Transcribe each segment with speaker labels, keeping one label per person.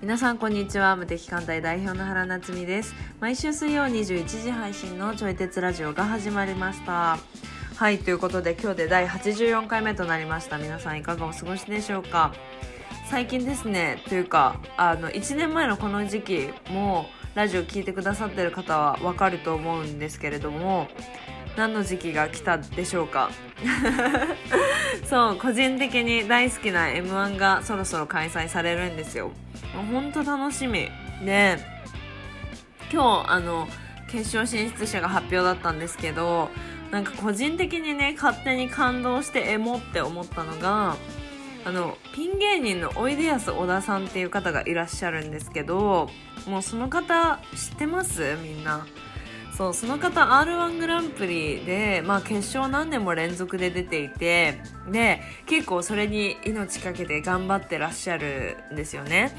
Speaker 1: 皆さんこんにちは無敵艦隊代表の原夏実です毎週水曜21時配信のちょい鉄ラジオが始まりましたはいということで今日で第84回目となりました皆さんいかがお過ごしでしょうか最近ですねというかあの1年前のこの時期もうラジオ聞いてくださってる方はわかると思うんですけれども何の時期が来たでしょうか そう個人的に大好きな m 1がそろそろ開催されるんですよもうほんと楽しみで今日あの決勝進出者が発表だったんですけどなんか個人的にね勝手に感動してエモって思ったのがあのピン芸人のおいでやす小田さんっていう方がいらっしゃるんですけどもうその方知ってますみんなそうその方 r 1グランプリで、まあ、決勝何年も連続で出ていてで結構それに命かけて頑張ってらっしゃるんですよね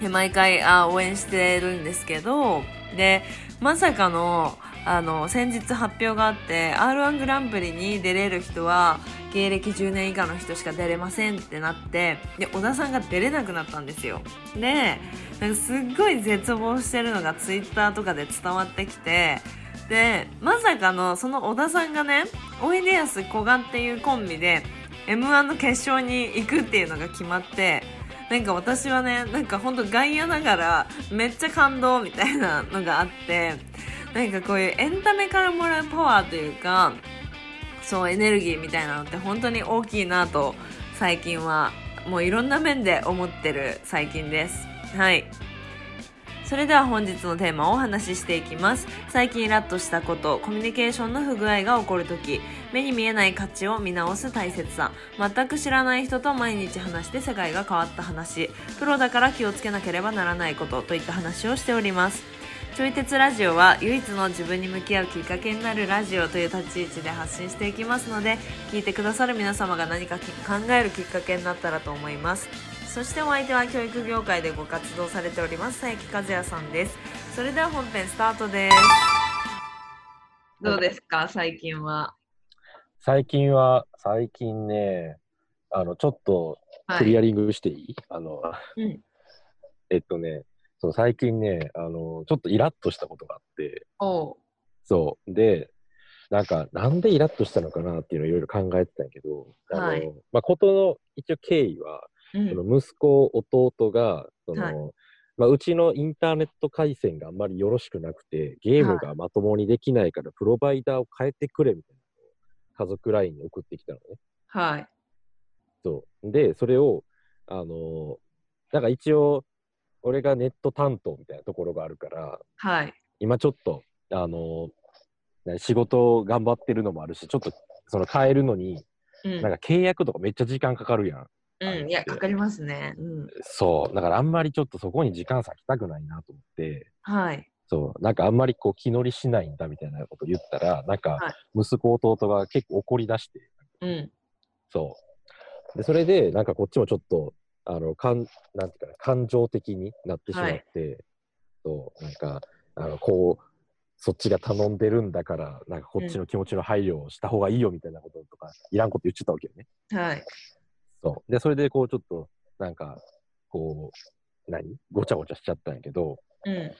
Speaker 1: で毎回あ応援してるんですけどでまさかのあの先日発表があって r 1グランプリに出れる人は芸歴10年以下の人しか出れませんってなってで小田さんが出れなくなったんですよでなんかすっごい絶望してるのがツイッターとかで伝わってきてでまさかのその小田さんがねおいでやすこがっていうコンビで m 1の決勝に行くっていうのが決まってなんか私はねなんかほんと外野ながらめっちゃ感動みたいなのがあってなんかこういうエンタメからもらうパワーというかそうエネルギーみたいなのって本当に大きいなと最近はもういろんな面で思ってる最近ですはいそれでは本日のテーマをお話ししていきます最近イラッとしたことコミュニケーションの不具合が起こるとき目に見えない価値を見直す大切さ全く知らない人と毎日話して世界が変わった話プロだから気をつけなければならないことといった話をしておりますちょい鉄ラジオは唯一の自分に向き合うきっかけになるラジオという立ち位置で発信していきますので聞いてくださる皆様が何かき考えるきっかけになったらと思いますそしてお相手は教育業界でご活動されております佐伯和也さんですそれでは本編スタートですどうですか最近は
Speaker 2: 最近は、最近ね、あの、ちょっとクリアリングしていい、あの、
Speaker 1: うん
Speaker 2: えっとね、そう、最近ね、あの、ちょっとイラッとしたことがあって、
Speaker 1: おう
Speaker 2: そう、で、なんか、なんでイラッとしたのかなっていうのをいろいろ考えてたんやけど、あの、
Speaker 1: はい
Speaker 2: まあ、ことの一応経緯は、
Speaker 1: う
Speaker 2: そ
Speaker 1: ん
Speaker 2: の息子、弟が、その、
Speaker 1: はい
Speaker 2: まあ、うちのインターネット回線があんまりよろしくなくて、ゲームがまともにできないから、プロバイダーを変えてくれみたいなのを家族 LINE に送ってきたのね。
Speaker 1: はい
Speaker 2: そう。で、それを、あのーなんか一応、俺がネット担当みたいなところがあるから、
Speaker 1: はい
Speaker 2: 今ちょっと、あのーね仕事を頑張ってるのもあるし、ちょっと、その変えるのに、
Speaker 1: うん
Speaker 2: なんか契約とかめっちゃ時間かかるやん。
Speaker 1: うんいやかかりますねうん
Speaker 2: そう。だからあんまりちょっとそこに時間割きたくないなと思って、
Speaker 1: はい
Speaker 2: そう。なんかあんまりこう気乗りしないんだみたいなこと言ったら、なんか
Speaker 1: はい
Speaker 2: 息子弟が結構怒り出して、
Speaker 1: うん
Speaker 2: そう。で、それで、なんかこっちもちょっと、あの、かん、なんていうかな、感情的になってしまって、そう、なんか、あの、こう、そっちが頼んでるんだから、なんかこっちの気持ちの配慮をした方がいいよみたいなこととか、いらんこと言っちゃったわけよね。
Speaker 1: はい
Speaker 2: そう。で、それでこう、ちょっと、なんか、こう、何ごちゃごちゃしちゃったんやけど、
Speaker 1: うん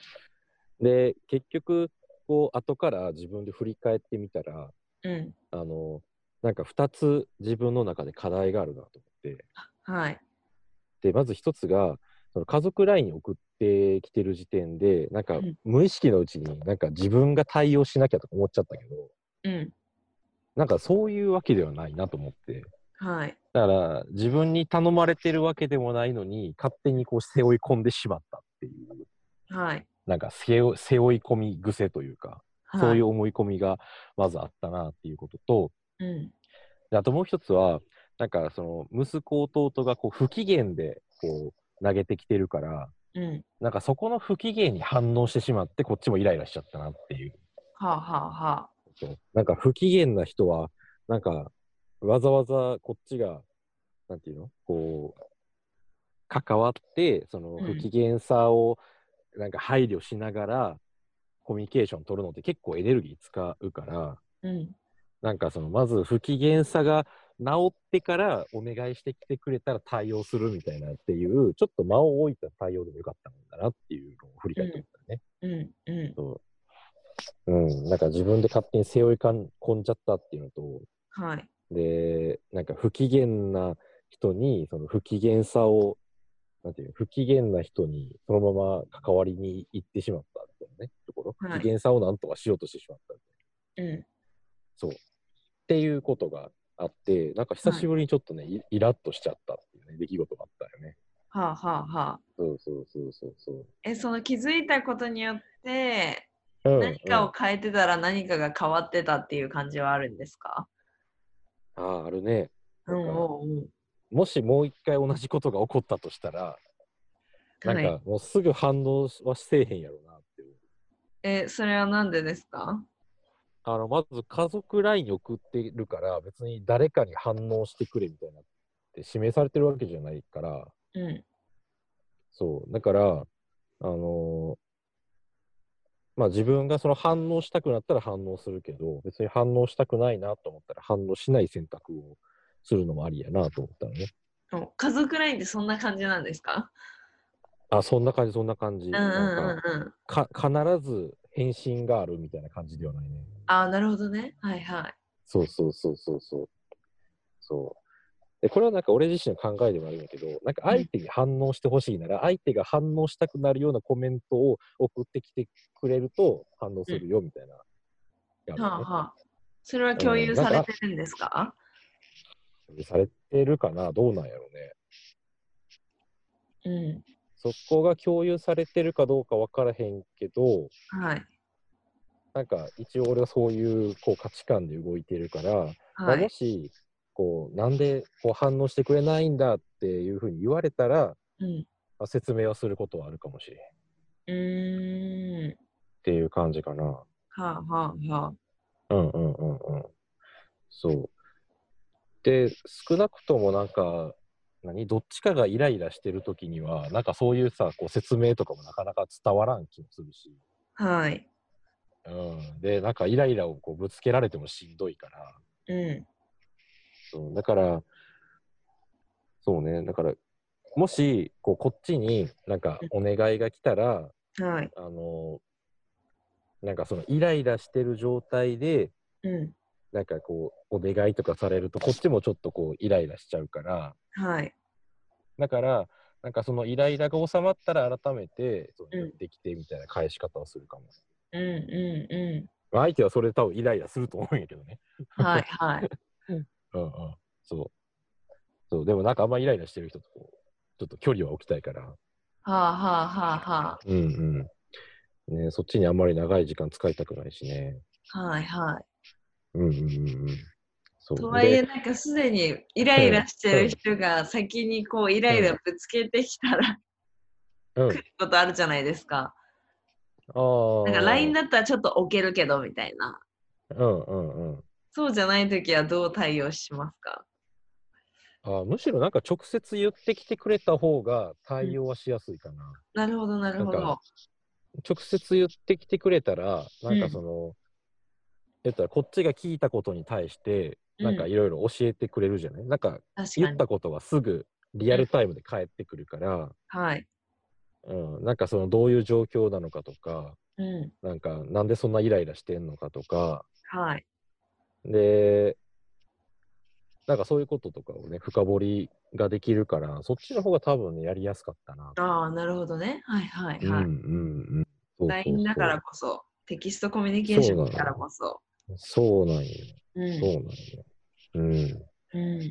Speaker 2: で、結局、こう、後から自分で振り返ってみたら、
Speaker 1: うん
Speaker 2: あの、なんか2つ自分の中で課題があるなと思って、
Speaker 1: はい
Speaker 2: でまず一つがその家族 LINE に送ってきてる時点でなん
Speaker 1: う
Speaker 2: か
Speaker 1: ん
Speaker 2: 無意識のうちになんか自分が対応しなきゃとか思っちゃったけど
Speaker 1: うん
Speaker 2: なんかそういうわけではないなと思って
Speaker 1: はい
Speaker 2: だから自分に頼まれてるわけでもないのに勝手にこう背負い込んでしまったっていう
Speaker 1: はい
Speaker 2: なんか背負背負い込み癖というか、
Speaker 1: はい
Speaker 2: そういう思い込みがまずあったなっていうことと
Speaker 1: うん
Speaker 2: であともう一つはなんかその息子弟がこう不機嫌でこう投げてきてるから
Speaker 1: うん
Speaker 2: なんかそこの不機嫌に反応してしまって、こっちもイライラしちゃったなっていう。
Speaker 1: はあはあはあ
Speaker 2: そうなんか不機嫌な人は、なんかわざわざこっちが、なんていうのこう、関わって、その
Speaker 1: うん
Speaker 2: 不機嫌さをなんか配慮しながら、コミュニケーション取るのって結構エネルギー使うから、
Speaker 1: うん
Speaker 2: なんかそのまず不機嫌さが治ってからお願いしてきてくれたら対応するみたいなっていう、ちょっと間を置いた対応でもよかったんだなっていうのを振り返ってみたね。
Speaker 1: うんうん
Speaker 2: そううん、なんか自分で勝手に背負い込んじゃったっていうのと、
Speaker 1: はい
Speaker 2: で、なんか不機嫌な人に、その不機嫌さを、なんていうの不機嫌な人にそのまま関わりに行ってしまったみたいなね、ところ。
Speaker 1: はい
Speaker 2: 不機嫌さをなんとかしようとしてしまったみたい
Speaker 1: う
Speaker 2: な。
Speaker 1: ん
Speaker 2: そう。っていうことがあって、なんか久しぶりにちょっとね、いイラッとしちゃったっていうね、出来事があったよね。
Speaker 1: はあはあはあ
Speaker 2: そうそうそうそうそう。
Speaker 1: えその気づいたことによって
Speaker 2: うん
Speaker 1: 何かを変えてたら何かが変わってたっていう感じはあるんですか
Speaker 2: うんあーあるね。
Speaker 1: うん
Speaker 2: なんか
Speaker 1: うんうん
Speaker 2: もしもう一回同じことが起こったとしたら、なん
Speaker 1: はい
Speaker 2: かもうすぐ反応はせえへんやろなっていう。
Speaker 1: えそれはなんでですか
Speaker 2: あのまず家族 LINE に送ってるから、別に誰かに反応してくれみたいなって指名されてるわけじゃないから、
Speaker 1: うん
Speaker 2: そう、だから、あのーまあ自分がその反応したくなったら反応するけど、別に反応したくないなと思ったら反応しない選択をするのもありやなと思ったのね。
Speaker 1: お家族ラインってそんな感じなんですか
Speaker 2: あ、そんな感じ、そんな感じ。
Speaker 1: うんうんう
Speaker 2: なんん
Speaker 1: うん
Speaker 2: かか必ず返信があるみたいな感じではないね。
Speaker 1: ああなるほどねはいはい
Speaker 2: そうそうそうそうそう。そう。で、これはなんか俺自身の考えでもあるんだけど、なんか相手に反応してほしいなら、相手が反応したくなるようなコメントを送ってきてくれると反応するよみたいな。
Speaker 1: は
Speaker 2: が
Speaker 1: あ
Speaker 2: あるよね
Speaker 1: はあそれは共有されてるんですか
Speaker 2: されてるかなどうなんやろうね。
Speaker 1: うん
Speaker 2: そこが共有されてるかどうかわからへんけど、
Speaker 1: はい
Speaker 2: なんか一応俺はそういうこう価値観で動いてるから、まあ
Speaker 1: は
Speaker 2: も
Speaker 1: い
Speaker 2: し、こう、なんでこう反応してくれないんだっていうふうに言われたら、
Speaker 1: うん
Speaker 2: まあ説明はすることはあるかもしれん。っ
Speaker 1: うーん
Speaker 2: ていう感じかな。
Speaker 1: はあはあはあ
Speaker 2: うんうんうんうん。そう。で、少なくともなんか、何どっちかがイライラしてるときには、なんかそういうさ、こう説明とかもなかなか伝わらん気もするし、
Speaker 1: はい。
Speaker 2: うん。で、なんかイライラをこうぶつけられてもしんどいから、
Speaker 1: うん。
Speaker 2: そうだから、そうね、だから、もし、こう、こっちになんかお願いが来たら、
Speaker 1: はい。
Speaker 2: あのなんかそのイライラしてる状態で、
Speaker 1: う
Speaker 2: なんかこう、お願いとかされると、こっちもちょっとこう、イライラしちゃうから、
Speaker 1: ん。はい。
Speaker 2: だから、なんかそのイライラが収まったら改めて、そううんやってきてみたいな返し方をするかも。
Speaker 1: うんうんう
Speaker 2: まあ相手はそれ多分イライラすると思うんやけどね。
Speaker 1: ん。はいはい。
Speaker 2: うんうん。そう。そう、でもなんかあんまイライラしてる人とこう、ちょっと距離は置きたいから。
Speaker 1: はあはあはあは
Speaker 2: うんうん。ね、そっちにあんまり長い時間使いたくないしね。
Speaker 1: あ。はいは
Speaker 2: うんうんうんうん。そ
Speaker 1: い。
Speaker 2: う。
Speaker 1: とはいえ、
Speaker 2: で
Speaker 1: なんかすでにイライラしてる人が先にこうイライラぶつけてきたら
Speaker 2: うん
Speaker 1: 来。ることあるじゃないですか。
Speaker 2: ああ。
Speaker 1: なんか LINE だったらちょっと置けるけどみたいな。
Speaker 2: うんうんうん。
Speaker 1: そうじゃないときはどう対応しますか
Speaker 2: あーむしろなんか直接言ってきてくれた方が対応はしやすいかな。
Speaker 1: なるほどなるほ
Speaker 2: なん
Speaker 1: ど。
Speaker 2: 直接言ってきてくれたら、なん
Speaker 1: う
Speaker 2: か
Speaker 1: ん
Speaker 2: その、言ったらこっちが聞いたことに対して、なんか
Speaker 1: う
Speaker 2: いろいろ教えてくれるじゃない、なんか
Speaker 1: 確か
Speaker 2: 言っ
Speaker 1: に。
Speaker 2: たことがすぐリアルタイムで返ってくるから、
Speaker 1: はい。
Speaker 2: うん、なんかそのどういう状況なのかとか、
Speaker 1: うん。
Speaker 2: なんかなんでそんなイライラしてんのかとか、
Speaker 1: はい。
Speaker 2: で、なんかそういうこととかをね、深掘りができるから、そっちの方が多分ね、やりやすかったな。
Speaker 1: ああ、なるほどね。はいはいはい。
Speaker 2: うんうんうん。
Speaker 1: LINE だからこそ、テキストコミュニケーションだからこそ。
Speaker 2: そうなんよ。
Speaker 1: うん
Speaker 2: そうなんよ。うん。
Speaker 1: うん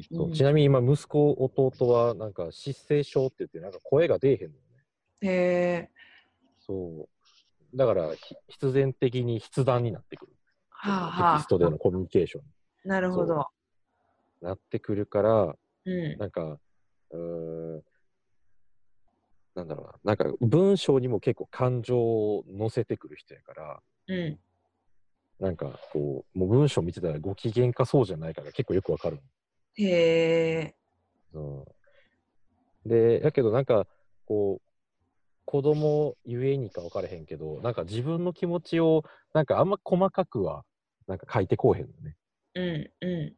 Speaker 2: そう
Speaker 1: うん
Speaker 2: ちなみに今、息子、弟は、なんか、失声症って言って、なんか声が出えへんのよね。
Speaker 1: へえ。
Speaker 2: そう。だから、ひ必然的に筆談になってくる。
Speaker 1: はあ
Speaker 2: テキ
Speaker 1: は
Speaker 2: ストでのコミュニケーション
Speaker 1: あ。なるほど。
Speaker 2: になってくるから、
Speaker 1: うん。
Speaker 2: なんか、うーん、なんだろうな、なんか文章にも結構感情を乗せてくる人やから、
Speaker 1: うん。
Speaker 2: なんかこう、もう文章見てたらご機嫌かそうじゃないかが結構よくわかる。
Speaker 1: へえ。
Speaker 2: うん、で、やけどなんか、こう、子供ゆえにか分からへんけど、なんか自分の気持ちを、なんかあんま細かくは、なんか書いてこうへんのね。
Speaker 1: うんう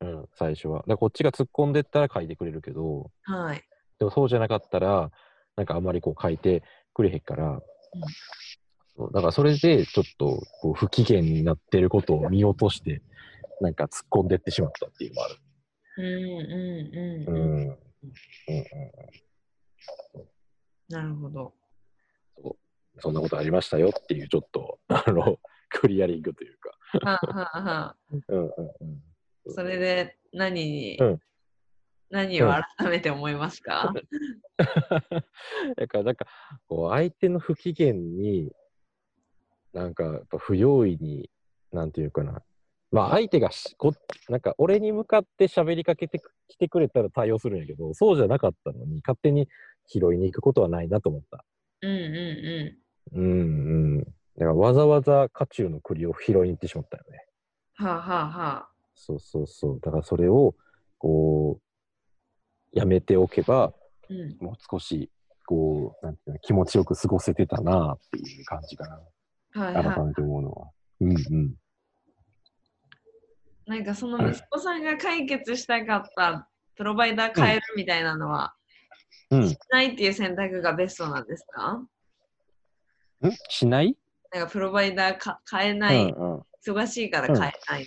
Speaker 2: うん、最初は。だからこっちが突っ込んでったら書いてくれるけど、
Speaker 1: はい。
Speaker 2: でもそうじゃなかったら、なんかあまりこう書いてくれへんから、そうだからそれでちょっとこう不機嫌になってることを見落として、なんか突っ込んでってしまったっていうのもある。
Speaker 1: うんうん
Speaker 2: う
Speaker 1: うん
Speaker 2: ん。
Speaker 1: うん。
Speaker 2: うんうん
Speaker 1: なるほ ど。
Speaker 2: そんなことありましたよっていう、ちょっと、 あの、クリアリングというか。
Speaker 1: はあ、はあはあ、
Speaker 2: うんうんうん。
Speaker 1: それで何に、
Speaker 2: うん
Speaker 1: 何を改めて思いますか、
Speaker 2: だからなんかこう相手の不機嫌になんかやっぱ不用意になんていうかなまあ相手がしこなんか俺に向かって喋りかけてく来てくれたら対応するんやけどそうじゃなかったのに勝手に拾いに行くことはないなと思った
Speaker 1: うん、うんう
Speaker 2: うんうんだからわざわざ渦中の栗を拾いに行ってしまったよね
Speaker 1: ん。はあ、はあはあ、
Speaker 2: そうそうそうだからそれをこうやめておけば
Speaker 1: うん。
Speaker 2: もう少しこうなんていうの気持ちよく過ごせてたなっていう感じかな
Speaker 1: はい
Speaker 2: 改
Speaker 1: は
Speaker 2: めて思うのは。うんうん。
Speaker 1: い。なんかその息子さんが解決したかったプロバイダー変えるみたいなのは、
Speaker 2: うん
Speaker 1: し、ないっていう選択がベストなんですか
Speaker 2: んしない
Speaker 1: なんかプロバイダーか変えない、
Speaker 2: うんうん、
Speaker 1: 忙しいから変えない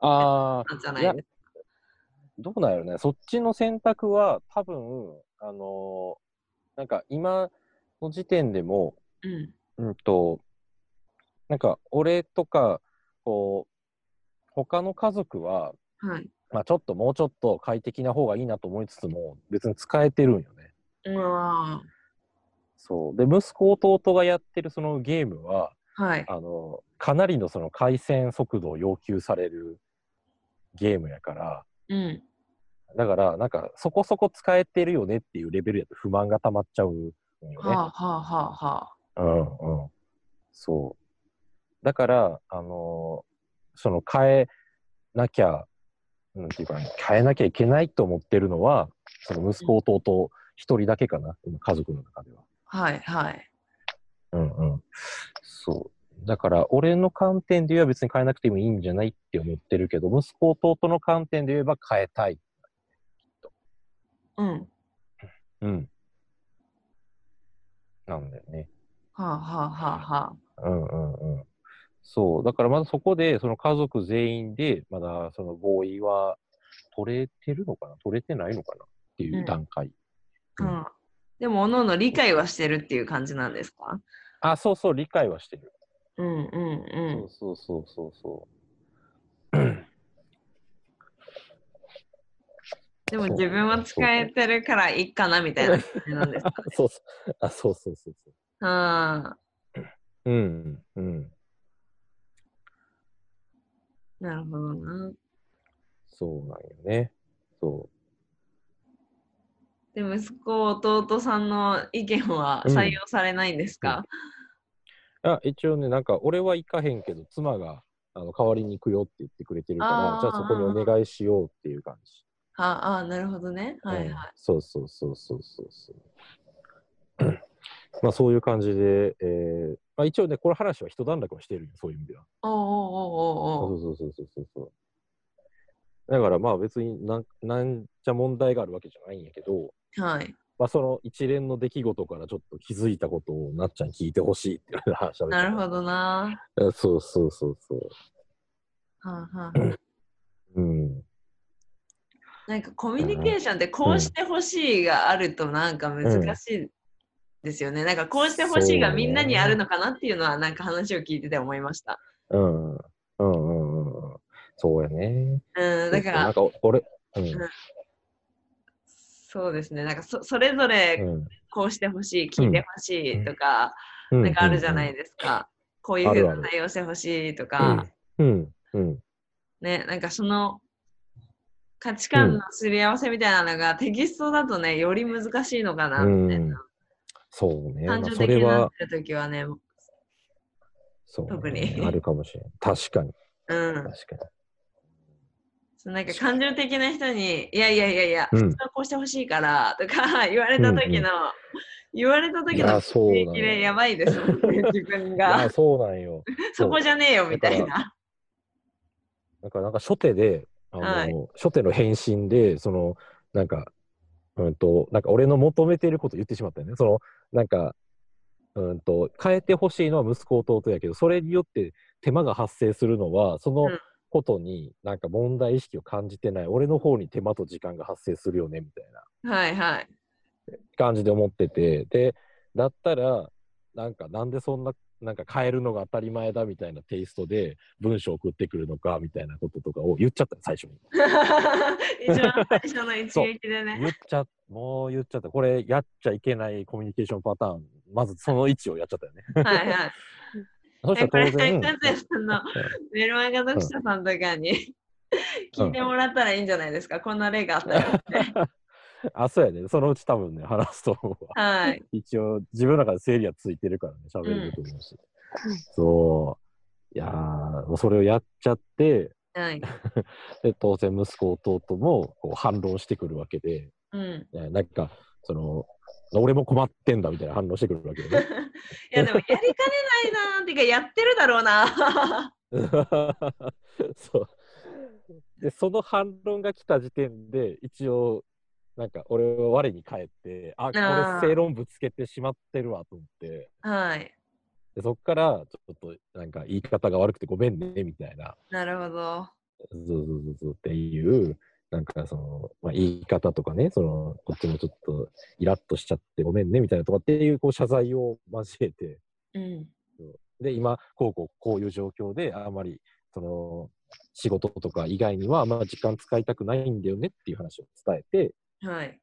Speaker 2: あ
Speaker 1: なんじゃ
Speaker 2: あ、
Speaker 1: ないいで
Speaker 2: や
Speaker 1: すか、
Speaker 2: どうだよね。そっちの選択は多分、あのーなんか今の時点でも、
Speaker 1: うん
Speaker 2: うんと、なんか俺とか、こう、他の家族は、
Speaker 1: はい。
Speaker 2: まあちょっともうちょっと快適な方がいいなと思いつつも、別に使えてるんよね。
Speaker 1: うわ
Speaker 2: そう。で、息子弟がやってるそのゲームは、
Speaker 1: ーはい。
Speaker 2: あのかなりのその回線速度を要求されるゲームやから
Speaker 1: うん。
Speaker 2: だからなんかそこそこ使えてるよねっていうレベルやと不満が溜まっちゃうんよね。
Speaker 1: はあ、はあはあはあ。
Speaker 2: うんうん、そうだからあのその変えなきゃなんていうか、ね、変えなきゃいけないと思ってるのはその息子弟一人だけかな今家族の中では。
Speaker 1: はいはい。
Speaker 2: うんうん。そう。だから、俺の観点で言えば別に変えなくてもいいんじゃないって思ってるけど、息子弟の観点で言えば変えたい。
Speaker 1: うん。は
Speaker 2: うん。なんだよね。
Speaker 1: あはあはあはあ。
Speaker 2: うんうんうん。そう。だから、まだそこで、その家族全員で、まだその合意は取れてるのかな取れてないのかなっていう段階。
Speaker 1: う
Speaker 2: うん
Speaker 1: ん、でも、おのの理解はしてるっていう感じなんですか
Speaker 2: あ、そうそう、理解はしてる。
Speaker 1: うんうん
Speaker 2: そううそうそうそうそ
Speaker 1: ん。でも自分は使えてるからいいかなみたいな感じなん ですか
Speaker 2: う。そうそう。あ、そうそうそうそう。
Speaker 1: あ
Speaker 2: うんうん。
Speaker 1: ーなるほどな。
Speaker 2: そうなんよね。そう。
Speaker 1: で、息子、弟さんの意見は
Speaker 2: うん
Speaker 1: 採用されないんですか、
Speaker 2: あ一応ね、なんか俺は行かへんけど、妻があの代わりに行くよって言ってくれてるから
Speaker 1: あ、ー
Speaker 2: じゃあそこにお願いしようっていう感じ。
Speaker 1: ああ、なるほどね。はいはい。
Speaker 2: うんそうそうそうそうそうそう。まあそういう感じで、えーまあ、一応ね、この話は一段落はしてるよ、そういう意味では。
Speaker 1: おうおうおうお
Speaker 2: そううそうそうそうそうそう。だからまあ別になんなんじゃ問題があるわけじゃないんやけど、
Speaker 1: おう。はい。
Speaker 2: まあ、その一連の出来事からちょっと気づいたことをなっちゃんに聞いてほしいっていう話
Speaker 1: なる
Speaker 2: ど
Speaker 1: ほどな。。
Speaker 2: あそうそうそうそう。
Speaker 1: はあはあ、
Speaker 2: うん。
Speaker 1: なんかコミュニケーションってこうしてほしいがあるとなんか難しいですよね。なんかこうしてほしいがみんなにあるのかなっていうのはなんか話を聞いてて思いました。
Speaker 2: うん。うんうんうんうん。そうやね。
Speaker 1: うん、だか
Speaker 2: なん
Speaker 1: ら
Speaker 2: か俺、うん。
Speaker 1: そうですね。なんかそそれぞれ
Speaker 2: うん
Speaker 1: こうしてほしい、聞いてほしいとか、
Speaker 2: うん。
Speaker 1: なんかあるじゃない
Speaker 2: で
Speaker 1: ですか。こういうふ
Speaker 2: あ
Speaker 1: う
Speaker 2: るあ
Speaker 1: な
Speaker 2: る
Speaker 1: 対応してほしいとか、
Speaker 2: うん。うん。
Speaker 1: ね、なんかその価値観のすり合わせみたいなのがテキストだとね、より難しいのかな
Speaker 2: う
Speaker 1: みたい
Speaker 2: ん
Speaker 1: な。。
Speaker 2: そうね。ま
Speaker 1: 感
Speaker 2: あ
Speaker 1: 情
Speaker 2: そ
Speaker 1: 的に
Speaker 2: れ
Speaker 1: なっ
Speaker 2: は、
Speaker 1: てる時はね、
Speaker 2: そうね、
Speaker 1: 特に
Speaker 2: あるかもしれない。確かに。
Speaker 1: うん。
Speaker 2: 確か
Speaker 1: そうなんか感情的な人に「いやいやいやいや、
Speaker 2: う
Speaker 1: 普
Speaker 2: ん
Speaker 1: 通はこうしてほしいから」とか 言われた時の、言われた
Speaker 2: に。
Speaker 1: 時
Speaker 2: いや、
Speaker 1: の
Speaker 2: そう
Speaker 1: 雰囲
Speaker 2: なん
Speaker 1: 気
Speaker 2: よ。
Speaker 1: で
Speaker 2: い
Speaker 1: やばいですもん ね自分
Speaker 2: や、
Speaker 1: が
Speaker 2: そうなんよ。
Speaker 1: そこじゃねえよみたい
Speaker 2: だか
Speaker 1: な。
Speaker 2: なんか、なんか初手で、あの、
Speaker 1: はい
Speaker 2: 初手の返信で、その、なんか、うんと、なんか俺の求めていること言ってしまったよね。その、なんか、うんと、変えてほしいのは息子弟やけど、それによって手間が発生するのは、その
Speaker 1: うん
Speaker 2: ことになんか問題意識を感じてない、俺の方に手間と時間が発生するよね、みたいな
Speaker 1: はいはい。
Speaker 2: 感じで思ってて、で、だったら、なんか、なんでそんな、なんか変えるのが当たり前だみたいなテイストで文章送ってくるのかみたいなこととかを言っちゃった最初に。
Speaker 1: 一番最初の一撃でね。
Speaker 2: 言っちゃ、もう言っちゃった。これ、やっちゃいけないコミュニケーションパターン、まず その位置をやっちゃったよね。
Speaker 1: はいはい。
Speaker 2: そ
Speaker 1: え
Speaker 2: した
Speaker 1: こ
Speaker 2: ら
Speaker 1: れ、
Speaker 2: 当
Speaker 1: カ
Speaker 2: 然、
Speaker 1: ズヤさんのメルマガ読者さんとかに聞いてもらったらいいんじゃないですか。こんな例があったら。
Speaker 2: あ、そうやね。そのうち多分ね、話すと思うわ。
Speaker 1: はい。
Speaker 2: 一応、自分の中で整理はついてるからね、喋れると思うし。そう。いやー、もうそれをやっちゃって、
Speaker 1: はい。
Speaker 2: で当然、息子、弟もこう反論してくるわけで、
Speaker 1: うん。
Speaker 2: ねなんか、その、俺も困ってんだみたいな反応してくるわけよね。
Speaker 1: いやでもやりかねないなーっていうかやってるだろうな
Speaker 2: そう。で、その反論が来た時点で、一応、なんか、俺は我に返って、あ、こ
Speaker 1: ー
Speaker 2: れ正論ぶつけてしまってるわと思って、
Speaker 1: はい
Speaker 2: でそっから、ちょっと、なんか、言い方が悪くてごめんね、みたいな、
Speaker 1: なるほど
Speaker 2: そうそうそうそうっていう、なんか、その、まあ、言い方とかね、その、こっちもちょっと、イラッとしちゃってごめんね、みたいなとかっていう、こう、謝罪を交えて、
Speaker 1: うん
Speaker 2: で、今、こうこう、こういう状況で、あまり、その、仕事とか以外には、あんま時間使いたくないんだよねっていう話を伝えて
Speaker 1: はい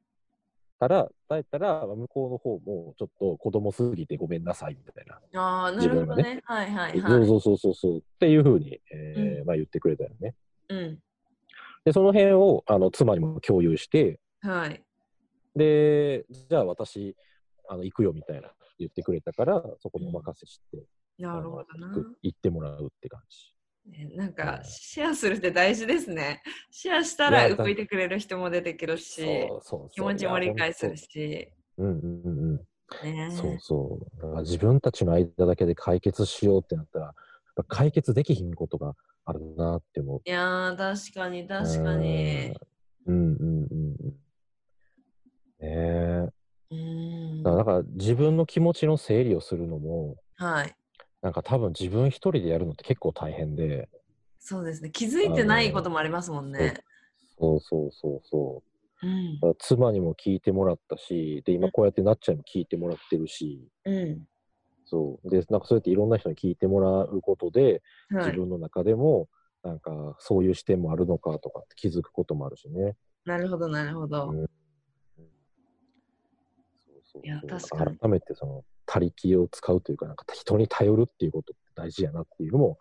Speaker 2: たら、伝えたら、まあ向こうの方も、ちょっと子供すぎてごめんなさい、みたいな。
Speaker 1: ああな
Speaker 2: 自
Speaker 1: るほ
Speaker 2: 分
Speaker 1: ど
Speaker 2: が
Speaker 1: ね
Speaker 2: ね
Speaker 1: はいはい
Speaker 2: そ
Speaker 1: は
Speaker 2: う
Speaker 1: い
Speaker 2: そうそうそうそう、っていうふうに、えー
Speaker 1: う
Speaker 2: まあ言ってくれたよね。
Speaker 1: うん
Speaker 2: で、その辺を、あの、妻にも共有して、
Speaker 1: はい
Speaker 2: で、じゃあ私、あの、行くよ、みたいな、言ってくれたから、そこにお任せして、
Speaker 1: な
Speaker 2: あ
Speaker 1: る
Speaker 2: の
Speaker 1: ほどな、
Speaker 2: 行く行ってもらうって感じ。
Speaker 1: ねなんかシェアするって大事ですねシェアしたら
Speaker 2: いやだ
Speaker 1: 動いてくれる人も出てくるし
Speaker 2: そうそうそう
Speaker 1: 気持ちも理解する。し
Speaker 2: いや本当うんうんうんうん。
Speaker 1: ね
Speaker 2: そうそう。だから自分たちの間だけで解決しようってなったら、やっぱ解決できひんことがあるなって思う。
Speaker 1: いやー確かに確かに
Speaker 2: うんうんうんうん。ねえ。
Speaker 1: うん
Speaker 2: だからだから自分の気持ちの整理をするのも、
Speaker 1: はい
Speaker 2: なんか多分自分一人でやるのって結構大変で、
Speaker 1: そうですね気づいてないこともありますもんね
Speaker 2: そうそうそうそう。
Speaker 1: うん
Speaker 2: だから妻にも聞いてもらったし、で、今こうやってなっちゃんにも聞いてもらってるし、
Speaker 1: う
Speaker 2: そう。で、なんかそうやっていろんな人に聞いてもらうことで、
Speaker 1: んは
Speaker 2: 自
Speaker 1: い
Speaker 2: 分の中でも、なんかそういう視点もあるのかとかって気づくこともあるしね。
Speaker 1: なるほど、なるほど。
Speaker 2: うんそうそうそう
Speaker 1: いや確かに
Speaker 2: 改めてその他力を使うというか、なんか人に頼るっていうことって大事やなっていうのも、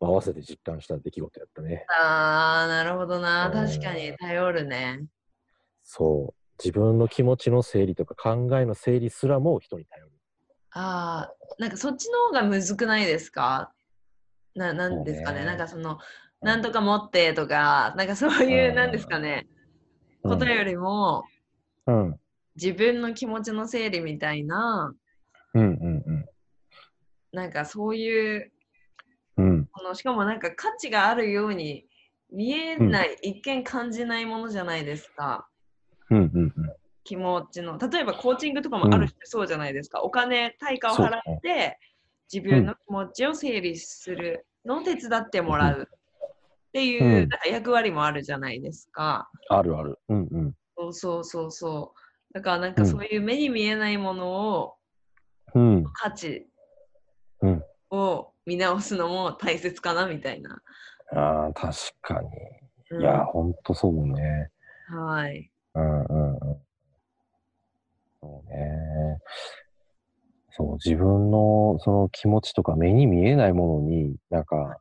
Speaker 2: まあ合わせて実感した出来事やったね。
Speaker 1: ああ、なるほどな。
Speaker 2: うん
Speaker 1: 確かに頼るね。
Speaker 2: そう。自分の気持ちの整理とか考えの整理すらも人に頼る。
Speaker 1: ああ、なんかそっちの方がむずくないですかななんですかね
Speaker 2: そうね
Speaker 1: なんかその、なんとか持ってとか、なんかそういう、
Speaker 2: うん
Speaker 1: なんですかね、
Speaker 2: うん
Speaker 1: ことよりも、
Speaker 2: うん。うん
Speaker 1: 自分の気持ちの整理みたいな、
Speaker 2: うん
Speaker 1: なんかそういう、
Speaker 2: うん。うん。
Speaker 1: このしかもなんか価値があるように見えない、一見感じないものじゃないですか。
Speaker 2: うんうんうん。
Speaker 1: 気持ちの例えばコーチングとかもある人そうじゃないですか、お金対価を払
Speaker 2: そう
Speaker 1: って自分の気持ちを整理するのを手伝ってもらうっていう、
Speaker 2: うん
Speaker 1: なんか役割もあるじゃないですか
Speaker 2: あるある。うんう
Speaker 1: そ
Speaker 2: ん。
Speaker 1: うそうそうそうだからなんかそういう目に見えないものを
Speaker 2: うん。
Speaker 1: 価値
Speaker 2: うん。
Speaker 1: を見直すのも大切かなみたいな、
Speaker 2: ああ、確かに。
Speaker 1: うん
Speaker 2: いや、ほんとそうね。
Speaker 1: はい
Speaker 2: うんうんうん。そうね。そう、自分のその気持ちとか目に見えないものに、なんか、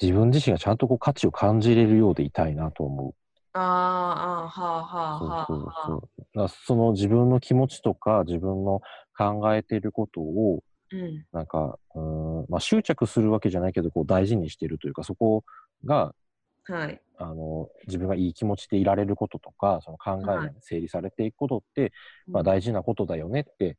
Speaker 2: 自分自身がちゃんとこう価値を感じれるようでいたいなと思う。
Speaker 1: あーあーはあはあ
Speaker 2: そう
Speaker 1: はあ
Speaker 2: そう
Speaker 1: はあ
Speaker 2: そう。だからその自分の気持ちとか自分の考えていることを、
Speaker 1: うん
Speaker 2: なんか、うーん、まあ執着するわけじゃないけど、こう大事にしてるというか、そこが
Speaker 1: はい
Speaker 2: あの自分がいい気持ちでいられることとかその考え
Speaker 1: は
Speaker 2: が
Speaker 1: い
Speaker 2: 整理されていくことって、まあ、
Speaker 1: うん
Speaker 2: 大事なことだよねって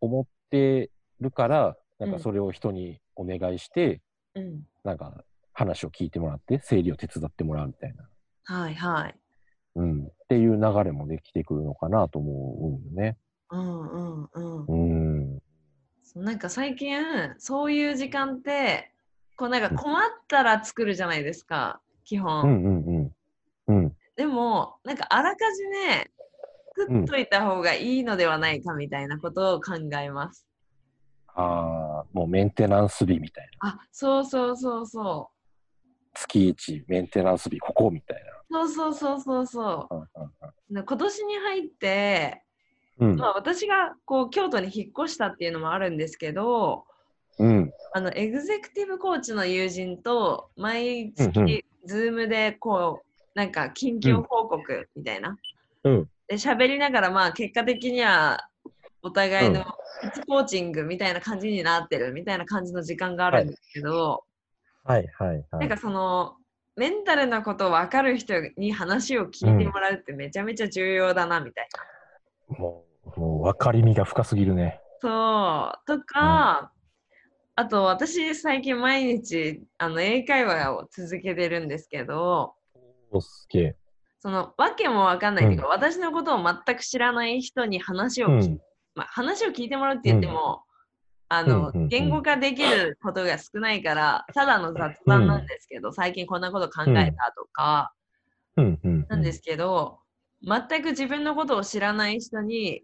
Speaker 2: 思ってるからなん
Speaker 1: う
Speaker 2: か
Speaker 1: ん
Speaker 2: それを人にお願いして、
Speaker 1: うん
Speaker 2: なんか話を聞いてもらって、整理を手伝ってもらうみたいな、
Speaker 1: はいはい。
Speaker 2: うん、っていう流れもできてくるのかなと思うよね。
Speaker 1: うんうんうん
Speaker 2: う。ん。
Speaker 1: そうなんか最近そういう時間ってこうなんか困ったら作るじゃないですか基本、
Speaker 2: うんうんうん。うん。
Speaker 1: でもなんかあらかじめ作っといた方がいいのではないかみたいなことを考えます、
Speaker 2: ああ、もうメンテナンス日みたいな。
Speaker 1: あそうそうそうそ
Speaker 2: 月一メンテナンス日ここみたいう
Speaker 1: そうそうそうそうそ
Speaker 2: な。うん
Speaker 1: う今年に入って、
Speaker 2: うん
Speaker 1: まあ、私がこう京都に引っ越したっていうのもあるんですけど
Speaker 2: うん。うん。
Speaker 1: あのエグゼクティブコーチの友人と毎
Speaker 2: うんうん
Speaker 1: 月ズームでこうなんか近況報告みたいな、
Speaker 2: うん
Speaker 1: で喋りながらまあ結果的にはお互いのコーチングみたいな感じになってるみたいな感じの時間があるんですけど、
Speaker 2: はいはいはい。
Speaker 1: なんかそのメンタルなことを分かる人に話を聞いてもらうってめちゃめちゃ重要だなみたい
Speaker 2: もう、もう分かりみが深すぎるね。
Speaker 1: な。そうとか、あと私最近毎日あの英会話を続けてるんですけど、
Speaker 2: おすげえ。
Speaker 1: そのわけもわかんないっていうか、私のことを全く知らない人に話を
Speaker 2: う
Speaker 1: 聞、
Speaker 2: ん。
Speaker 1: まあ、話を聞いてもらうって言っても、あの、
Speaker 2: うんうんうん
Speaker 1: 言語化できることが少ないからただの雑談なんですけど、最近こんなこと考えたとか
Speaker 2: うんうん。
Speaker 1: なんですけど、全く自分のことを知らない人に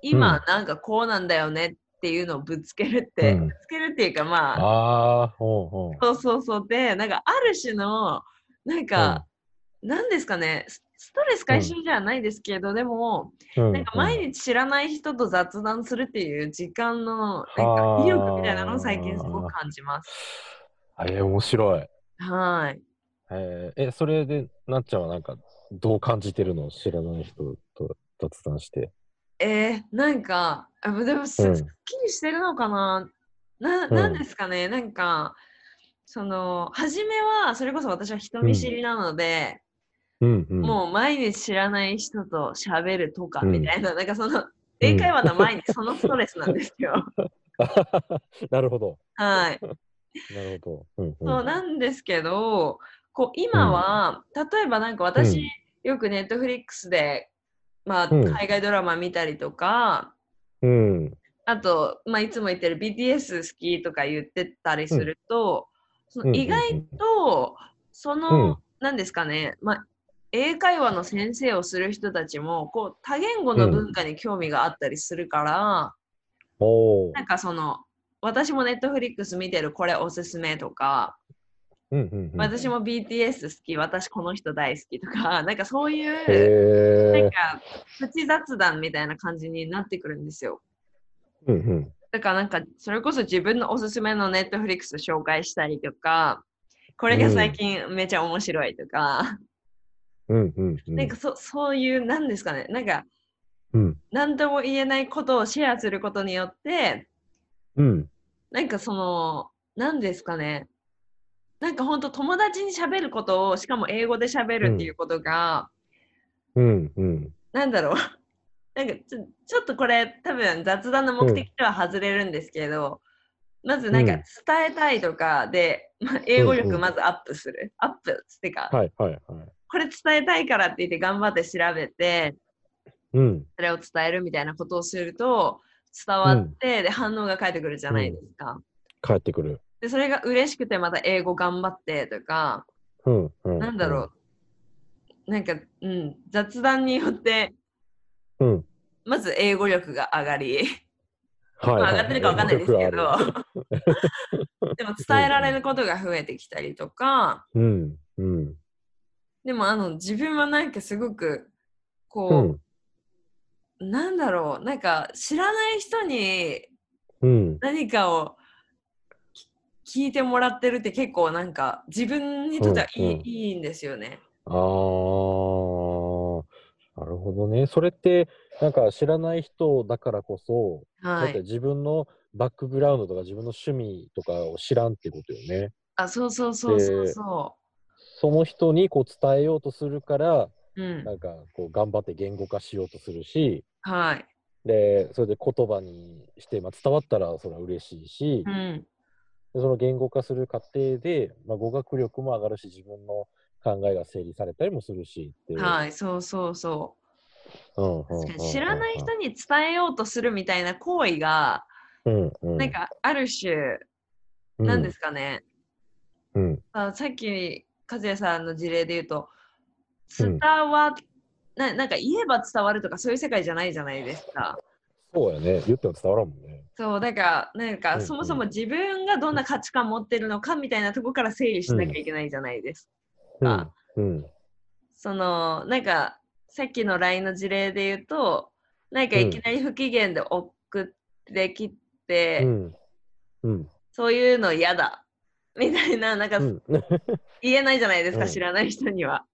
Speaker 1: 今なんかこうなんだよねっていうのをぶつけるって、
Speaker 2: うん
Speaker 1: ぶつけるっていうかまあ
Speaker 2: ああ、ほうほ
Speaker 1: そうそうそうでなんかある種のなん
Speaker 2: う。
Speaker 1: か、なんですかねスストレス解消じゃないですけど、でも
Speaker 2: うん、
Speaker 1: なんか毎
Speaker 2: 日、
Speaker 1: 日知らない人と雑談するっていう時間のなん
Speaker 2: は
Speaker 1: か
Speaker 2: あ
Speaker 1: 威力みたいなのを最近すごく感じます。
Speaker 2: あれ、面白い。
Speaker 1: はい。
Speaker 2: えーえ、それで、なっちゃんはなんか、どう感じてるの知らない人と雑談して。
Speaker 1: えー、なんかあでもす,、
Speaker 2: うん
Speaker 1: すっきりしてるのかなな
Speaker 2: うん
Speaker 1: なんですかね、なんかその初めはそれこそ私は人見知りなので、
Speaker 2: うんうん。
Speaker 1: もう毎日知らない人と喋るとか
Speaker 2: うん
Speaker 1: みたいな、なんかその英会話の前にそのストレスなんですよ。
Speaker 2: なるほど。
Speaker 1: はい。
Speaker 2: なるほど。うんうん、
Speaker 1: そうなんですけど、こう今は、例えばなんか私、
Speaker 2: うん
Speaker 1: よくネットフリックスで、まあ、
Speaker 2: うん
Speaker 1: 海外ドラマ見たりとか、
Speaker 2: うん。
Speaker 1: あと、まあ、いつも言ってる BTS 好きとか言ってたりすると、そ
Speaker 2: うん
Speaker 1: の意外とそ
Speaker 2: うん
Speaker 1: の、なんですかね、まあ、英会話の先生をする人たちもこう多言語の文化に興味があったりするから、
Speaker 2: おー
Speaker 1: なんかその私もネットフリックス見てるこれおすすめとか、
Speaker 2: うんうんうん。
Speaker 1: 私も BTS 好き、私この人大好きとか、なんかそういう、な
Speaker 2: へ
Speaker 1: んかプチ雑談みたいな感じになってくるんですよ。
Speaker 2: ーうんうん
Speaker 1: だからなんか、それこそ自分のおすすめの Netflix 紹介したりとか、これが最近めちゃ面白いとか、
Speaker 2: うんうんうん。
Speaker 1: なんかそそういう、なんですかね、なんか
Speaker 2: うん
Speaker 1: 何とも言えないことをシェアすることによって、
Speaker 2: うん。
Speaker 1: なんかその、なんですかね、なんか本当友達に喋ることを、しかも英語で喋るっていうことが、
Speaker 2: うんうん。
Speaker 1: なんだろう。 なんかちょちょっとこれ多分雑談の目的とは外れるんですけど、まずなんか
Speaker 2: うん
Speaker 1: 伝えたいとかで、まあ英語
Speaker 2: うんう
Speaker 1: 力
Speaker 2: ん
Speaker 1: まずアップする。アップってか、
Speaker 2: はいはいはい。
Speaker 1: これ伝えたいからって言って頑張って調べて、
Speaker 2: うん。
Speaker 1: それを伝えるみたいなことをすると伝わって、で反応が返ってくるじゃないですか。
Speaker 2: 帰ってくる。
Speaker 1: でそれが嬉しくてまた英語頑張ってとか、
Speaker 2: うんうん。
Speaker 1: なんだろう。なんか、うん、雑談によって
Speaker 2: う。うん。
Speaker 1: まず英語力が上がり。
Speaker 2: は
Speaker 1: ま
Speaker 2: いはいは
Speaker 1: あ
Speaker 2: い。
Speaker 1: 上がってるかわかんないですけ
Speaker 2: よくある。
Speaker 1: ど、でも伝えられることが増えてきたりとか、
Speaker 2: うんうん。
Speaker 1: でもあの自分はなんかすごく
Speaker 2: う
Speaker 1: こ
Speaker 2: ん
Speaker 1: う、なんだろう、なんか知らない人に
Speaker 2: うん。
Speaker 1: 何かをき聞いてもらってるって結構なんか自分にとってはいい,、
Speaker 2: うんうん
Speaker 1: いいんですよね。
Speaker 2: あーなるほどね。それって、なんか知らない人だからこそ、
Speaker 1: は
Speaker 2: だって
Speaker 1: い。
Speaker 2: 自分のバックグラウンドとか自分の趣味とかを知らんってことよね。
Speaker 1: あ、そうそうそうそうそ
Speaker 2: その人にこう伝えようとするから、
Speaker 1: う。うん
Speaker 2: な。んかこう頑張って言語化しようとするし、
Speaker 1: はい。
Speaker 2: で、それで言葉にして、まあ、伝わったらそれは嬉しいし
Speaker 1: う、ん。
Speaker 2: でその言語化する過程で、まあ、語学力も上がるし自分の考えが整理されたりもするしっていう。
Speaker 1: はい、そうそうそう。
Speaker 2: うんうんうんうん
Speaker 1: 確かに知らない人に伝えようとするみたいな行為が、
Speaker 2: うんうん、
Speaker 1: なんかある種、
Speaker 2: うん、
Speaker 1: なんですかね、
Speaker 2: うん、
Speaker 1: あさっき和也さんの事例で言うと、伝わ、ななんか言えば伝わるとかそういう世界じゃないじゃないですか。
Speaker 2: そうやね。言っても伝わらんもんね。
Speaker 1: そうだからなん
Speaker 2: う
Speaker 1: か
Speaker 2: んうん
Speaker 1: そもそも自分がどんな価値観持ってるのかみたいなとこから整理しなきゃいけないじゃないですか。
Speaker 2: うん。
Speaker 1: そのなんかさっきの LINE の事例で言うとなんか
Speaker 2: うん
Speaker 1: いきなり不機嫌で送ってきて、
Speaker 2: うん。うん。
Speaker 1: そういうの嫌だみたいななんか
Speaker 2: うん。
Speaker 1: 言えないじゃないですか、
Speaker 2: うん
Speaker 1: 知らない人には。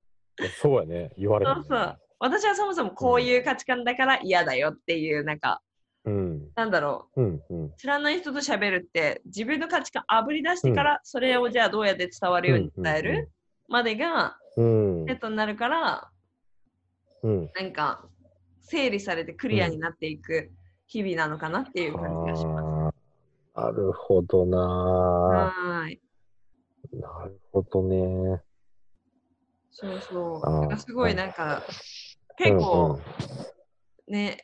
Speaker 2: そうやね。言われ
Speaker 1: そ
Speaker 2: る、
Speaker 1: うそう。私はそもそもこういう価値観だから嫌だよっていうなんか
Speaker 2: うん。
Speaker 1: なんだろう
Speaker 2: うん。うん。
Speaker 1: 知らない人と喋るって自分の価値観あぶり出してからそれをじゃあどうやって伝わるように伝える、までが
Speaker 2: うん。うん
Speaker 1: セットになるから
Speaker 2: うん。
Speaker 1: なんか整理されてクリアになっていく日々なのかなっていう感じがします。
Speaker 2: ああ。なるほどな
Speaker 1: はーい
Speaker 2: ー。なるほどね。
Speaker 1: そうそう
Speaker 2: あー
Speaker 1: なんかすごいなんか結
Speaker 2: うん
Speaker 1: 構ね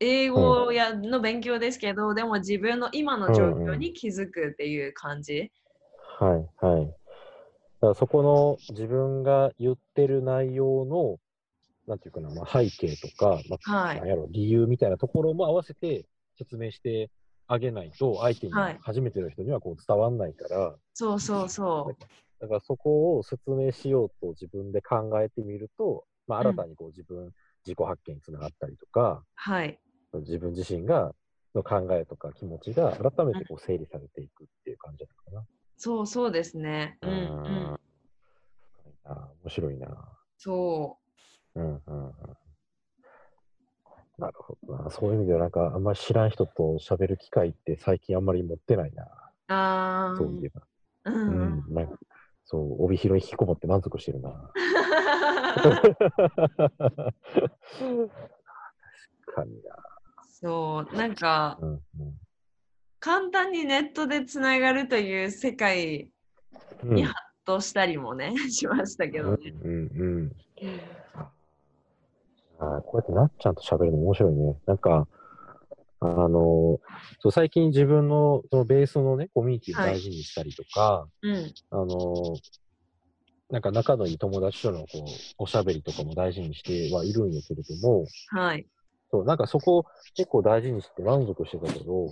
Speaker 1: 英語やの勉強ですけど、でも自分の今の状況に気づくっていう感じ。
Speaker 2: うんはい。はい。だからそこの自分が言ってる内容の、なんていうかな、まあ、背景とか、まあ、
Speaker 1: はい
Speaker 2: なんやろ理由みたいなところも合わせて説明してあげないと相手に
Speaker 1: はい
Speaker 2: 初めての人にはこう伝わんないから、
Speaker 1: そうそうそう。
Speaker 2: だからそこを説明しようと自分で考えてみると、まあ、
Speaker 1: うん
Speaker 2: 新たにこう自分、自己発見につながったりとか
Speaker 1: はい。
Speaker 2: 自分自身がの考えとか気持ちが改めてこう整理されていくっていう感じなのか
Speaker 1: そうそうですね。うん
Speaker 2: な。
Speaker 1: うん。
Speaker 2: あー面白いな。
Speaker 1: そ
Speaker 2: うんうんうんなるほどな。そういう意味では、なんか、あんまり知らん人と喋る機会って最近あんまり持ってないな。
Speaker 1: う。ああ。
Speaker 2: そういえば。
Speaker 1: うん
Speaker 2: う
Speaker 1: うん
Speaker 2: ん。なんか、そう、帯広に引きこもって満足して るな。確かにな。
Speaker 1: そう、なんか
Speaker 2: うん
Speaker 1: 簡単にネットでつながるという世界
Speaker 2: うん。
Speaker 1: いやとしたりもね、 しましたけ
Speaker 2: うん
Speaker 1: どね。
Speaker 2: うんうん。あーこうやってなっちゃんと喋るの面白いね。なんか、あのーそう最近自分のそのベースのね、コミュニティを大事にしたりとか、
Speaker 1: うん。
Speaker 2: あのーなんか仲のいい友達とのこうおしゃべりとかも大事にしてはいるんやけれども、
Speaker 1: はい。
Speaker 2: そうなんかそこ結構大事にして満足してたけど、
Speaker 1: う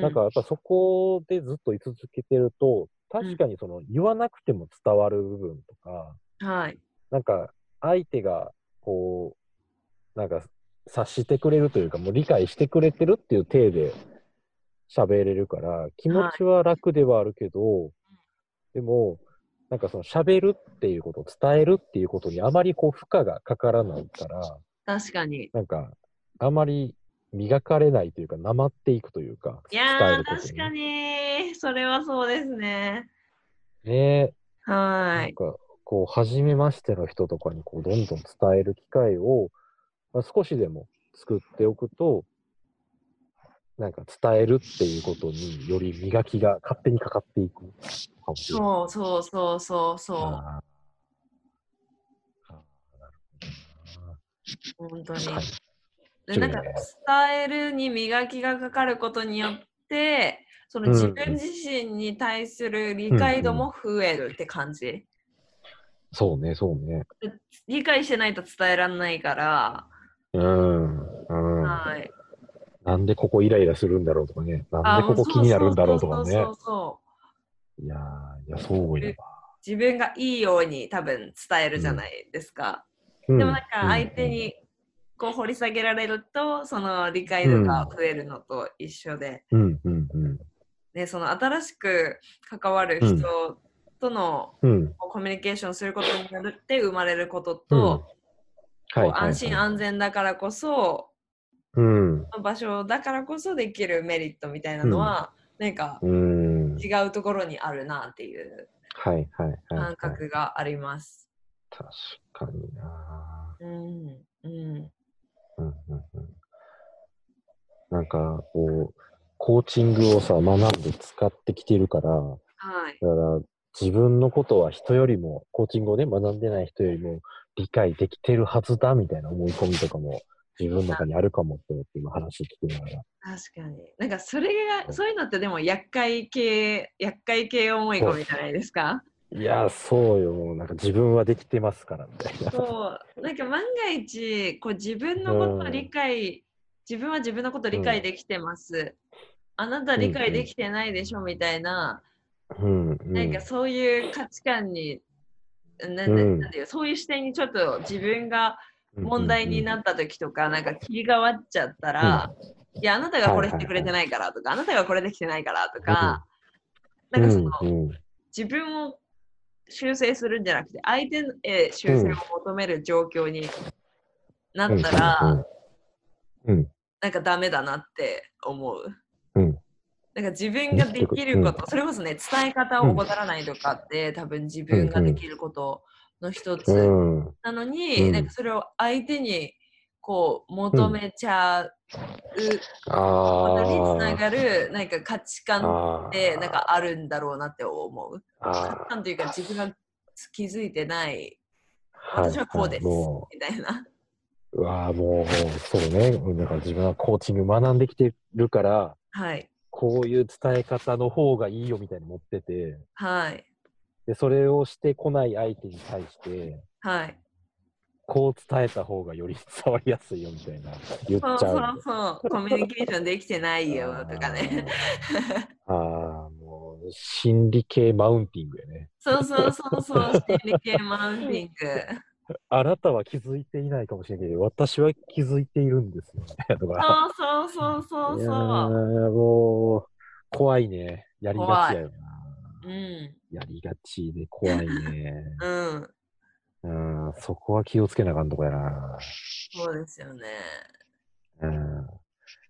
Speaker 2: なんか、やっぱそこでずっと居続けてると、確かにその言わなくても伝わる部分とか、
Speaker 1: はい。
Speaker 2: なんか相手がこう、なんか察してくれるというか、もう理解してくれてるっていう体で喋れるから、気持ちは楽ではあるけど、でも、なんかその喋るっていうこと、伝えるっていうことにあまりこう負荷がかからないから、
Speaker 1: 確かに。
Speaker 2: なんかあまり磨かれないというか、なまっていくというか、
Speaker 1: いやー、
Speaker 2: ことに
Speaker 1: 確かに。それはそうですね。
Speaker 2: ねえ
Speaker 1: は
Speaker 2: ないん。か、こう、初めましての人とかに、こう、どんどん伝える機会を、まあ、少しでも作っておくと、なんか伝えるっていうことにより磨きが勝手にかかっていくかもしれな
Speaker 1: そ
Speaker 2: い。
Speaker 1: うそうそうそうそ
Speaker 2: あー
Speaker 1: う。本当に。
Speaker 2: はい
Speaker 1: でなんか伝えるに磨きがかかることによってその
Speaker 2: うん
Speaker 1: 自分自身に対する理解度も増えるって感じ、
Speaker 2: そうね、そうね。
Speaker 1: 理解してないと伝えられないから、
Speaker 2: うん。うん。
Speaker 1: はい
Speaker 2: なんでここイライラするんだろうとかね。なんでここ気になるんだろうとか
Speaker 1: そ
Speaker 2: ね
Speaker 1: うそう。そうそう
Speaker 2: いやー、いや、そうやわ。
Speaker 1: 自分がいいように多分伝えるじゃないですか、
Speaker 2: で
Speaker 1: でもなんか相手にこう掘り下げられるとその理解度が増えるのと一緒で、
Speaker 2: うん、うん、うん。
Speaker 1: ね、その新しく関わる人との
Speaker 2: うん。
Speaker 1: こうコミュニケーションすることによって生まれることと、
Speaker 2: うん、
Speaker 1: こう安心安全だからこそ
Speaker 2: うん。
Speaker 1: の場所だからこそできるメリットみたいなのは、なんか
Speaker 2: うん。
Speaker 1: 違うところにあるなっていう
Speaker 2: はいはいはい、は
Speaker 1: 感
Speaker 2: い。
Speaker 1: 覚があります。
Speaker 2: 確かにな、
Speaker 1: うんうん
Speaker 2: うんうんうん。なんかこう、コーチングをさ、学んで使ってきてるから、だ
Speaker 1: はい。
Speaker 2: から自分のことは人よりも、コーチングをね、学んでない人よりも理解できてるはずだみたいな思い込みとかも自分の中にあるかもって思って今話聞きながら。
Speaker 1: 確かに。なんかそれが、そういうのってでも厄介系、厄介系思い込みじゃないですか。
Speaker 2: いや、そうよ。なんか自分はできてますからみたいな。
Speaker 1: そうなんか万が一こう自分のことを理解、自分は自分のことを理解できてます、あなた理解できてないでしょみたいな、
Speaker 2: うん、うん。
Speaker 1: なんかそういう価値観に、なな
Speaker 2: うん
Speaker 1: なんていうそういう視点にちょっと自分が問題にな
Speaker 2: っ
Speaker 1: った時とか、なんか切り替わっちゃったら、いやあなたがこれしてくれてないからとか、あなたがこれできてないからとか、なんかその、
Speaker 2: うんうん
Speaker 1: 自分を修正するんじゃなくて相手へ修正を求める状況になったら、
Speaker 2: うんうん
Speaker 1: なんかダメだなって思う。
Speaker 2: うん
Speaker 1: なんか自分ができること、それこそね伝え方を怠らないとかって、多分自分ができることの一つ
Speaker 2: うんうん
Speaker 1: なのに、
Speaker 2: うん
Speaker 1: なんかそれを相手にこう求めちゃうことにつな
Speaker 2: あ
Speaker 1: がるなんか価値
Speaker 2: あ
Speaker 1: 観っ
Speaker 2: あ
Speaker 1: てなんかあるんだろうなって思う。
Speaker 2: ああ
Speaker 1: なんというか自分が気づいてない
Speaker 2: はい
Speaker 1: 私はこうです
Speaker 2: も
Speaker 1: みたいな。
Speaker 2: う、うわあもう、そうね。だから自分はコーチング学んできてるから、
Speaker 1: はい。
Speaker 2: こういう伝え方の方がいいよみたいに持ってて、
Speaker 1: はい。
Speaker 2: で、それをしてこない相手に対して、
Speaker 1: はい。
Speaker 2: こう伝えた方がより伝わりやすいよみたいな、言っ
Speaker 1: そう
Speaker 2: ちゃ。
Speaker 1: そううそう。コミュニケーションできてないよとかね。
Speaker 2: あー。あーもう、心理系マウンティングやね。
Speaker 1: そうそうそうそう。心理系マウンティン グ。
Speaker 2: あなたは気づいていないかもしれないけど、私は気づいているんですよ、みたいなとか。
Speaker 1: そうそうそうそう
Speaker 2: いや
Speaker 1: そう。
Speaker 2: ーもう、怖いね。やりがちやよな。
Speaker 1: うん。
Speaker 2: やりがちで怖いね。
Speaker 1: うん。
Speaker 2: うん、そこは気をつけなあかんとこやな。
Speaker 1: そうですよね。
Speaker 2: うん。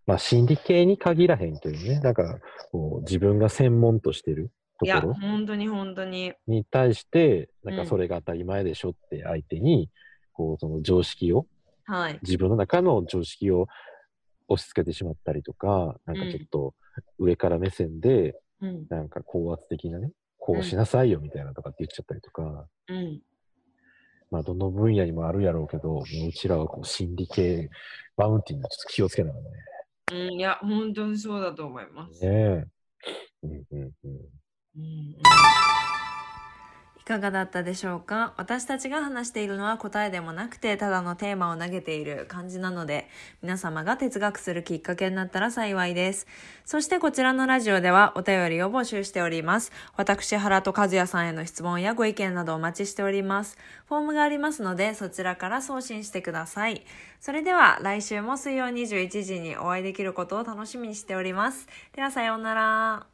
Speaker 2: まあ、心理系に限らへんけどね。なんか、こう自分が専門としてると
Speaker 1: いや、
Speaker 2: ころ
Speaker 1: 本当に本当に。
Speaker 2: に対して、なん
Speaker 1: うん
Speaker 2: かそれが当たり前でしょって相手に、こう、その常識を、
Speaker 1: はい。
Speaker 2: 自分の中の常識を押し付けてしまったりとか、なんかちょっと上から目線で、
Speaker 1: うん。
Speaker 2: なんか高圧的なね、こうしなさいよみたいなとかって言っちゃったりとか、
Speaker 1: うん。
Speaker 2: まあどの分野にもあるやろうけど、もううちらはこう心理系、バウンティーにちょっと気をつけながらね。
Speaker 1: うん、いや、本当にそうだと思います。
Speaker 2: ねえ。うんうんうん。
Speaker 1: うんいかがだったでしょうか私たちが話しているのは答えでもなくてただのテーマを投げている感じなので皆様が哲学するきっかけになったら幸いですそしてこちらのラジオではお便りを募集しております私原と和也さんへの質問やご意見などお待ちしておりますフォームがありますのでそちらから送信してくださいそれでは来週も水曜21時にお会いできることを楽しみにしておりますではさようなら